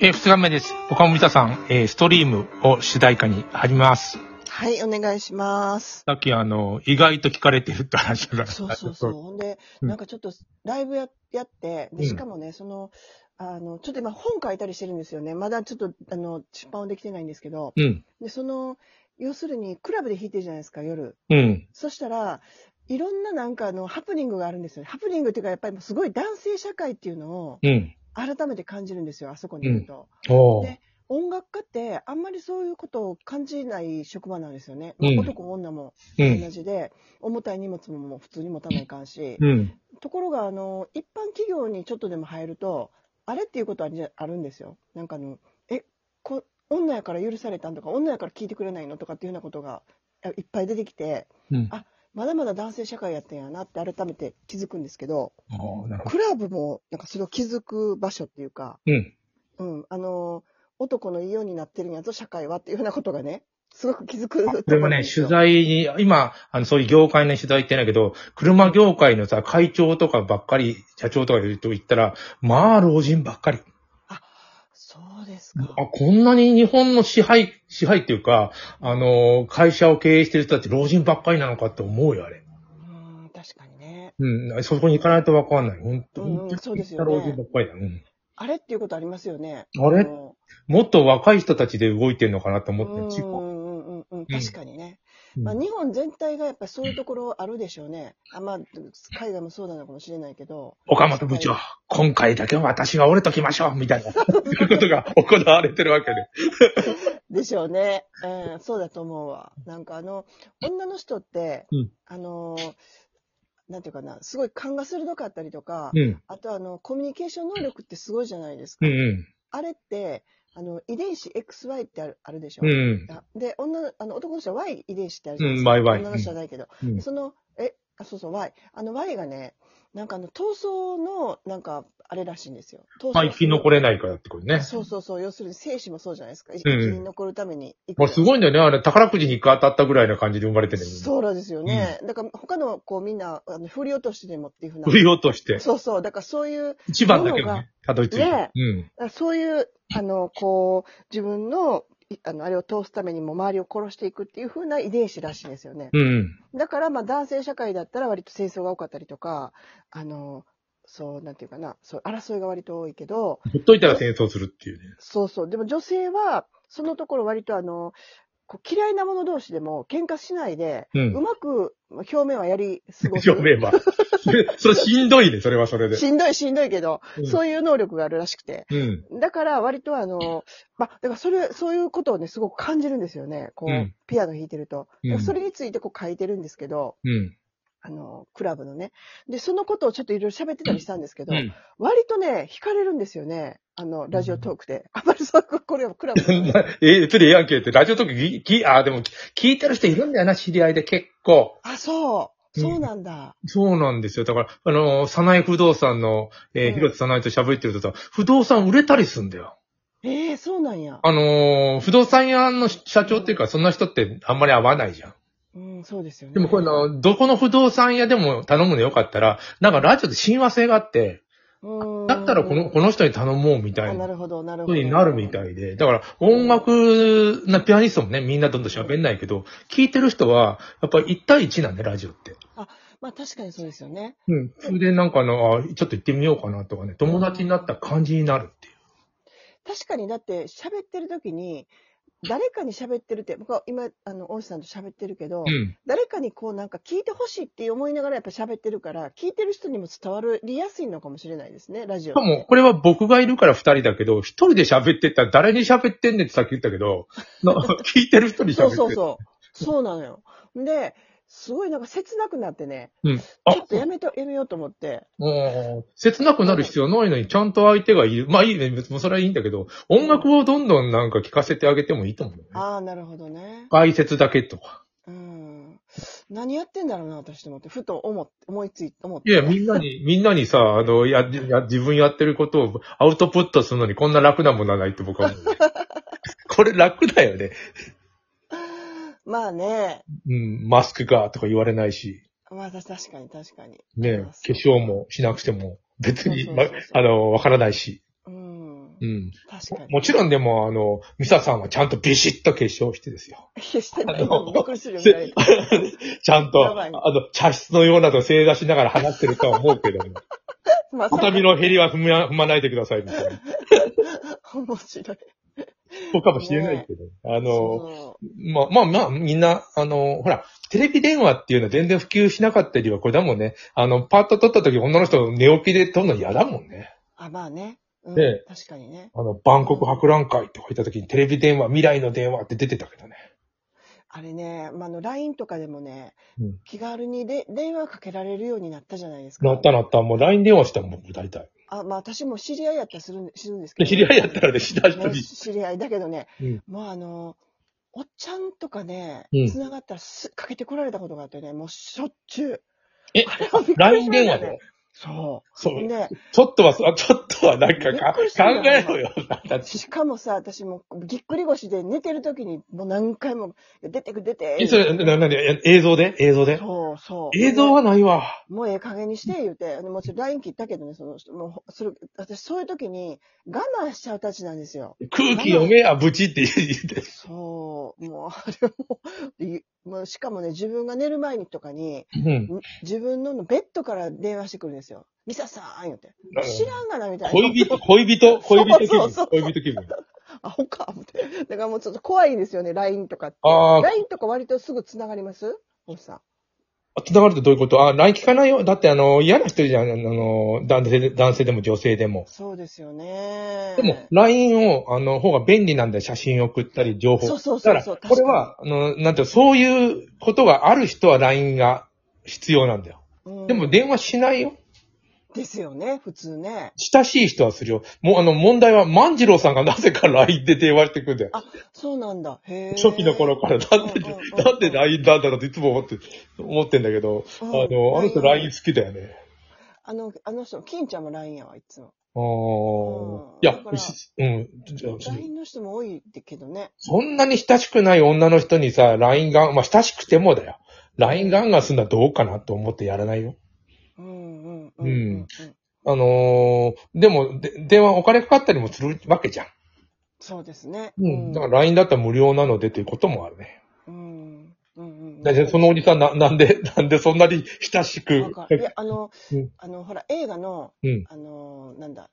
えー、二日目です。岡本美沙さん、えーストリームを主題歌に貼ります。はい、お願いします。さっきあの、意外と聞かれてるって話が。そうそうそ う。。ほんで、うんなんかちょっとライブややって、うんでしかもね、その、あの、ちょっと今本書いたりしてるんですよね。まだちょっと、あの、出版はできてないんですけど。うん。で、その、要するに、クラブで弾いてるじゃないですか、夜。うん。そしたら、いろんななんかあの、ハプニングがあるんですよ。ハプニングっていうか、やっぱりすごい男性社会っていうのをうん。改めて感じるんですよ、あそこにいると。おーね音楽家って、あんまりそういうことを感じない職場なんですよね。まあうん男も女も。う同ん。じで、重たい荷物ももう普通に持たないかんし、うん。ところがあの一般企業にちょっとでも入るとあれっていうことはじゃあるんですよなんかあのえこ女やから許されたんとか女やから聞いてくれないのとかっていうようなことがあいっぱい出てきてうん。あまだまだ男性社会やったんやなって改めて気づくんですけどおーなるほど。クラブもなんかそれを気づく場所っていうか、うん。うん、あの男のいいようになってるんやぞ社会はっていうようなことがねすごく気づくでともころなんね、ですよ取材に、今、あの、そういう業界の取材行ってないけど、車業界のさ、会長とかばっかり、社長とか言うと言ったら、まあ、老人ばっかり。そうですあか、こんなに日本の支配、支配っていうか、あの、会社を経営してる人たち老人ばっかりなのかって思うよ、あれ。うん確かにねうん、そこに行かないとわかんない。本当うんうん本当にそうですよね老人ばっかりだ。うん。あれっていうことありますよね。あれのもっと若い人たちで動いてるのかなとう思んってる。うんうんうん、確かにね、うんまあ。日本全体がやっぱりそういうところあるでしょうね。あまあ、海外もそうなのかもしれないけど。岡本部長、今回だけは私が折れときましょうみたいな、そういうことが行われてるわけで。でしょうね。うん、そうだと思うわ。なんかあの、女の人って、うんあの、なんていうかな、すごい勘が鋭かったりとか、うん。あとあの、コミュニケーション能力ってすごいじゃないですうか。んあれって、あの、遺伝子 XY ってあるあるでしょ。うん。うん。あで、女の、あの、男の人は Y 遺伝子ってあるじゃないですうんか。 Y Y 女の人はないけど。うんでその、え、あ、そうそう、Y。あの Y がね、なんかあの、闘争の、なんか、あれらしいんですよ。闘争まあ、生き残れれないからってことね。 そうそうそう。要するに生死もそうじゃないですか。生きうん残るために生きまあ、すごいんだよね。あれ、宝くじに一回当たったぐらいな感じで生まれてるのに。そうなんですよね。だから、他の、こう、みんな、あの振り落としてでもっていうふうな。振り落として、そうそう。だから、そういう、一番だけど物ね、たどり着いたね。うん。そういう、あの、こう、自分の、いあの、あれを通すためにも周りを殺していくっていうふうな遺伝子らしいんですよね。うん。だから、まあ、男性社会だったら割と戦争が多かったりとか、あの、そう、なんていうかな、そう、争いが割と多いけど、ほっといたら戦争するっていうね。そうそう、でも女性は、そのところ割とあの、こう嫌いな者同士でも喧嘩しないで、う。うんまくまあ表面はやり 過ごす。表 面は。それしんどいね、それはそれで。しんどいしんどいけど、うんそういう能力があるらしくて。うん。だから割とあの、まあ、だからそれ、そういうことをね、すごく感じるんですよね。こう、うんピアノ弾いてると。うんそれについてこう書いてるんですけど、うん。あの、クラブのね。で、そのことをちょっといろいろ喋ってたりしたんですけど、うん。割とね、惹かれるんですよね。あの、ラジオトークで。あんまりそう、これはクラブのね。え、映るやんけって、ラジオとかぎ、ぎ、あ、でも、聞いてる人いるんだよな、知り合いで結構。あ、そう。そうなんだ。そうなんですよ。だから、あのー、早苗不動産の、えうー、ん広瀬早苗と喋ってるとさ、不動産売れたりすんだよ。ええそうなんや。あのー、不動産屋の社長っていうか、そんな人ってあんまり合わないじゃん。うん、そうですよね。でも、これの、どこの不動産屋でも頼むのよかったら、なんかラジオで親和性があって、うんだったらこの、この人に頼もうみたあいなな。るほど、なるほことど。になるみたいで。だから、音楽なピアニストもね、みんなどんどん喋んないけど、聞いてる人は、やっぱり1対1なんで、ラジオって。まあ確かにそうですよね。うん。それでなんかあの、あちょっと行ってみようかなとかね、友達になった感じになるっていう。確かにだって喋ってる時に、誰かに喋ってるって、僕は今、あの、大石さんと喋ってるけど、うん。誰かにこうなんか聞いてほしいって思いながらやっぱ喋ってるから、聞いてる人にも伝わりやすいのかもしれないですね、ラジしオか。も、これは僕がいるから2人だけど、1人で喋ってったら誰に喋ってんねんってさっき言ったけど、な聞いてる人に喋っそうてる。そうそう。そうなのよ。で、すごいなんか切なくなってね、うんあちょっとやめと、やめようと思って。うん切なくなる必要ないのに、ちゃんと相手がいる。まあいいね、別にそれはいいんだけど、音楽をどんどんなんか聞かせてあげてもいいと思う、ね。ああ、なるほどね。解説だけとか。うん。何やってんだろうな、私と思って。ふと思って、思いつい、思っいて。や、みんな に、みんなにさ、あの、や、や、自分やってることをアウトプットするのにこんな楽なものはないって僕は 思う。これ楽だよね。まあね。うん、マスクがとか言われないし、まあ確かに確かに。ね、化粧もしなくても別に、そうまそうそうそうあの、わからないし。うん。うん。確かに。もちろ んでも、あの、ミサさんはちゃんとビシッと化粧してです よ。いや、してない。あのびっくりするよ、見られ てちゃんやと、ばあいの、茶室のようなと正座しながら話してるとは思うけど も、まあ、畳のヘリは踏ま踏まないでくださいみたいな。面白い。そうかもしれないけど、あの、そまあまあまあ、みんな、あの、ほら、テレビ電話っていうのは全然普及しなかった理由はこれだもんね。あの、パッと撮った時女の人寝起きで撮るの嫌だもんね。うあ、まあね。うんで、確かにね。あの、万国博覧会とか言った時にテレビ電話、未来の電話って出てたけどね。あれね、まあ、あの、LINE とかでもね、うん気軽にで電話かけられるようになったじゃないですか。なったなった。もう LINE 電話したらもう大 体。あ、まあ、私も知り合いやったらするんするんですけで、ど、知り合いやったらね、知らずねに。知り合いだけどね、うんもうあの、おっちゃんとかねうん、繋がったらすかけてこられたことがあってね、もうしょっちゅう。えあれはびっくりしましたね LINE 電話でそう。そう。で、ちょっとはさ、ちょっとはなんかかびっくりし考たんだえよろよ。なんかしかもさ、私もぎっくり腰で寝てる時にもう何回も、いや出てく出て。え、それ、な、な、な、映像で映像でそうそう。映像はないわ。もうええ加減にして、言うて。でもうちょっと LINE 切ったけどね、その、もう、それ、私そういう時に我慢しちゃうたちなんですよ。空気読めや、ブチって言って。そう。もう、あれもい、もうしかもね、自分が寝る前にとかに、うん。自分のベッドから電話してくるんですよ。ミサさん言うて。知らんがな、みたいな。恋人、恋人、恋人気そうそうそ分。う恋人気分。アホか、思って。だからもうちょっと怖いですよね、LINE とかって。あー LINE とか割とすぐ繋がりますおっさん。繋がるとどういうことあ、LINE 聞かないよ。だってあの、嫌な人いるじゃん。あの、男性で、男性でも女性でも。そうですよね。でも、LINE を、あの、方が便利なんだよ。写真送ったり、情報。そうそだうかそうら、そう。これは、あの、なんていうのそういうことがある人は LINE が必要なんだよ。確かに、うんでも、電話しないよ。ですよね、普通ね。親しい人はするよ。もう、あの、問題は、万次郎さんがなぜか LINE で電話してくるんだよ。そうなんだ。へえ。初期の頃から、なんで、うんうんうんうんなんで LINE なんだろうっていつも思って、思ってんだけど、うあんの、あの人 LINE 好きだよね。あの、あの人、金ちゃんも LINE やわ、いつも。あうんあ。いだやから、しうん。 LINE の人も多いけどね。そんなに親しくない女の人にさ、LINE が、まあ、親しくてもだよ。LINE ガンガンすんのはどうかなと思ってやらないよ。うんうんうんうんうん。あのーでも、で電話お金かかったりもするわけじゃん。そうですね。うん。だから LINE だったら無料なのでということもあるね。うんうんうん。だってそのおじさんな、なんで、 なんでそんなに親しわく。かるいや、あのうん、あの、ほら、映画のうん、あの、なんだ、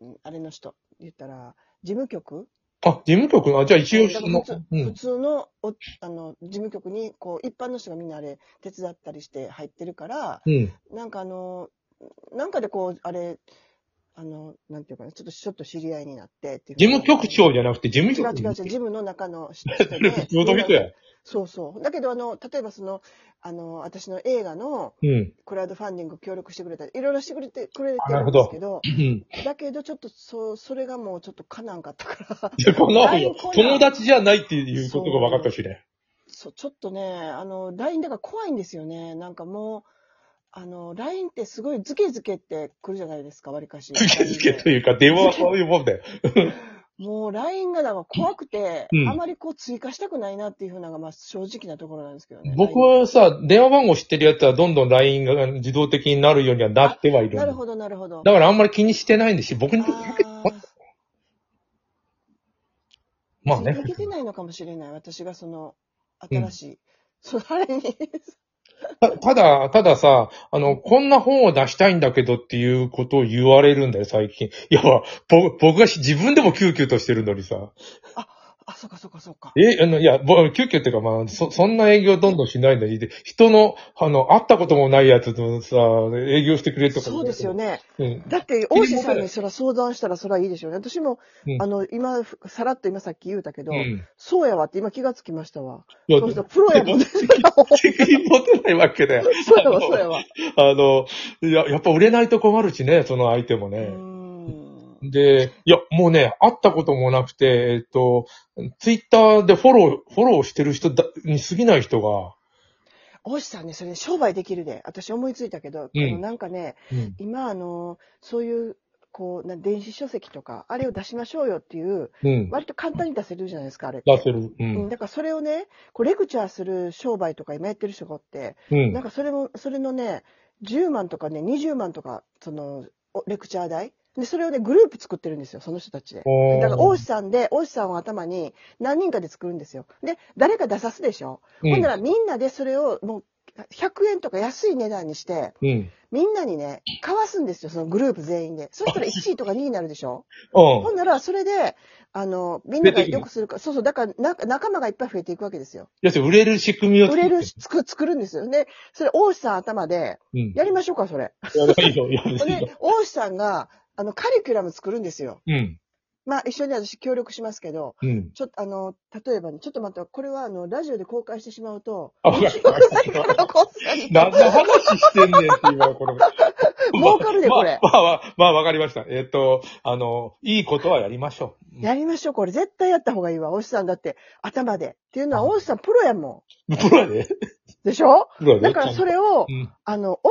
うんあれの人、言ったら、事務局あ、事務局あ、じゃあ一応、そだからの普通、う普ん。通の、おあの、事務局に、こう、一般の人がみんなあれ、手伝ったりして入ってるから、うん。なんかあの、なんかでこう、あれ、あの、なんていうかな、ちょっと、ちょっと知り合いになってっていう。事務局長じゃなくて事務違う局違う違う、事務の中の人それで。普通の 人や。そうそう。だけど、あの、例えばその、あの、私の映画のうん。 クラウドファンディング協力してくれたり、いろいろしてくれて、くれてあなるるほんでどすけど、うん。だけど、ちょっと、そう、それがもうちょっと叶わんかったから、いや、この LINE 来ない友達じゃないっていうことが分かったしね。そう、ちょっとね、あの、LINE だから怖いんですよね。なんかもう、あの、LINE ってすごいズケズケって来るじゃないですか、わりかし。つけつけというか、電話はそういうもんだよ。もう LINE がなんか怖くて、うんあまりこう追加したくないなっていうふうなのがまあ正直なところなんですけどね。僕はさ、電話番号知ってるやつはどんどん LINE が自動的になるようにはなってはい LINE る。なるほど、なるほど。だからあんまり気にしてないんですし、僕にとってあーまあね追。加できないのかもしれない。私がその、新しい、そのあれに、たただ、たださ、あの、こんな本を出したいんだけどっていうことを言われるんだよ、最近。いや、僕僕がし自分でもキューキューとしてるのにさ。あ、そっかそっかそっか。え、あの、いや、ぼ急遽っていうか、まあ、そ、そんな営業どんどんしないのに、で人の、あの、会ったこともないやつのさ、営業してくれとか。そうですよ。ね。うん。だって、大石さんにそら相談したらそらいいでしょうね。私も、うんあの、今、ふさらっと今さっき言うたけど、うん。そうやわって今気がつきましたわ。いや、そうしたらプロや もんね。責任持てないわけだよ。 そうやわ、そうやわ。あの、いや、やっぱ売れないと困るしね、その相手もうーね。ん。で、いや、もうね、会ったこともなくて、えっと、ツイッターでフォロー、フォローしてる人だに過ぎない人が、大石さんね、それ商売できるで。私思いついたけど、うんあのなんかね、うん。今、あの、そういう、こう、な電子書籍とか、あれを出しましょうよっていう、うん。割と簡単に出せるじゃないですか、あれって。出せる。ううん、ん。だからそれをね、こうレクチャーする商売とか今やってる人がおって、うなんん。かそれも、それのね、10万とかね、20万とか、その、おレクチャー代で、それをね、グループ作ってるんですよ、その人たちで。おーだから、王子さんで、王子さんを頭に何人かで作るんですよ。で、誰か出さすでしょ、ほんならみんなでそれをもう100円とか安い値段にして、うん。うん。みんなにね、買わすんですよ、そのグループ全員で。そしたら1位とか2位になるでしょうんほんなら、それで、あの、みんなが出てくるよくするか、そうそう、だからな、仲間がいっぱい増えていくわけですよ。要するに売れる仕組みを売作ってれる、つく、作るんですよ。で、それ、王子さん頭で、うん。いやりましょうか、それ。や、いいよ、いいよいいよ。 で、王子さんが、あの、カリキュラム作るんですよ。うん。まあ、一緒に私協力しますけど、うん。ちょっと、あの、例えばね、ちょっと待って、これは、あの、ラジオで公開してしまう と、 あ、わか面白くないから、こっそり。何の話してんねんって今、この。儲かるでこれまあ、まあ、まあまあ、わかりました。えっ、と、あの、いいことはやりましょう。やりましょう、これ。絶対やった方がいいわ、王子さんだって、頭で。っていうのは、王子さんプロやもプロやで。ん。でしょプロやで。だから、それをう、ん。あの、教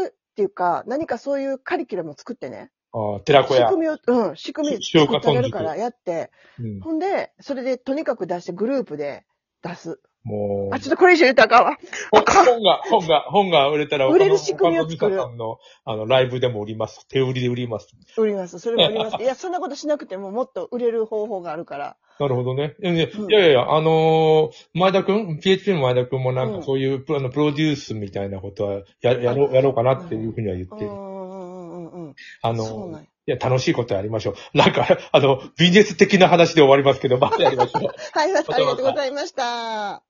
えるっていうか、何かそういうカリキュラムを作ってね。ああ、寺子仕屋。組みを、うん、仕組みし消化作ってあげる豚か汁らやって、うん、ほんで、それでとにかく出してグループで出す。もうあ、ちょっとこれ以上言ったらあかんわ。ほ本が、本が、本が売れたら、売れる仕組みを作る岡野美香さんの、あの、ライブでも売ります。手売りで売ります。売ります。それも売り ます。いや、そんなことしなくてももっと売れる方法があるから。なるほどね。いやいやうんいやいや、あのー前田くん ?PHP の前田くんもなんうかんそういうプロ、あのプロデュースみたいなことはや、やろう、やろうかなっていうふうには言うっんてうる。んうんうんうん。あそうのなんーやいや、楽しいことやりましょう。なんか、あの、ビジネス的な話で終わりますけど、またやりましょう。はい、ありがとうございました。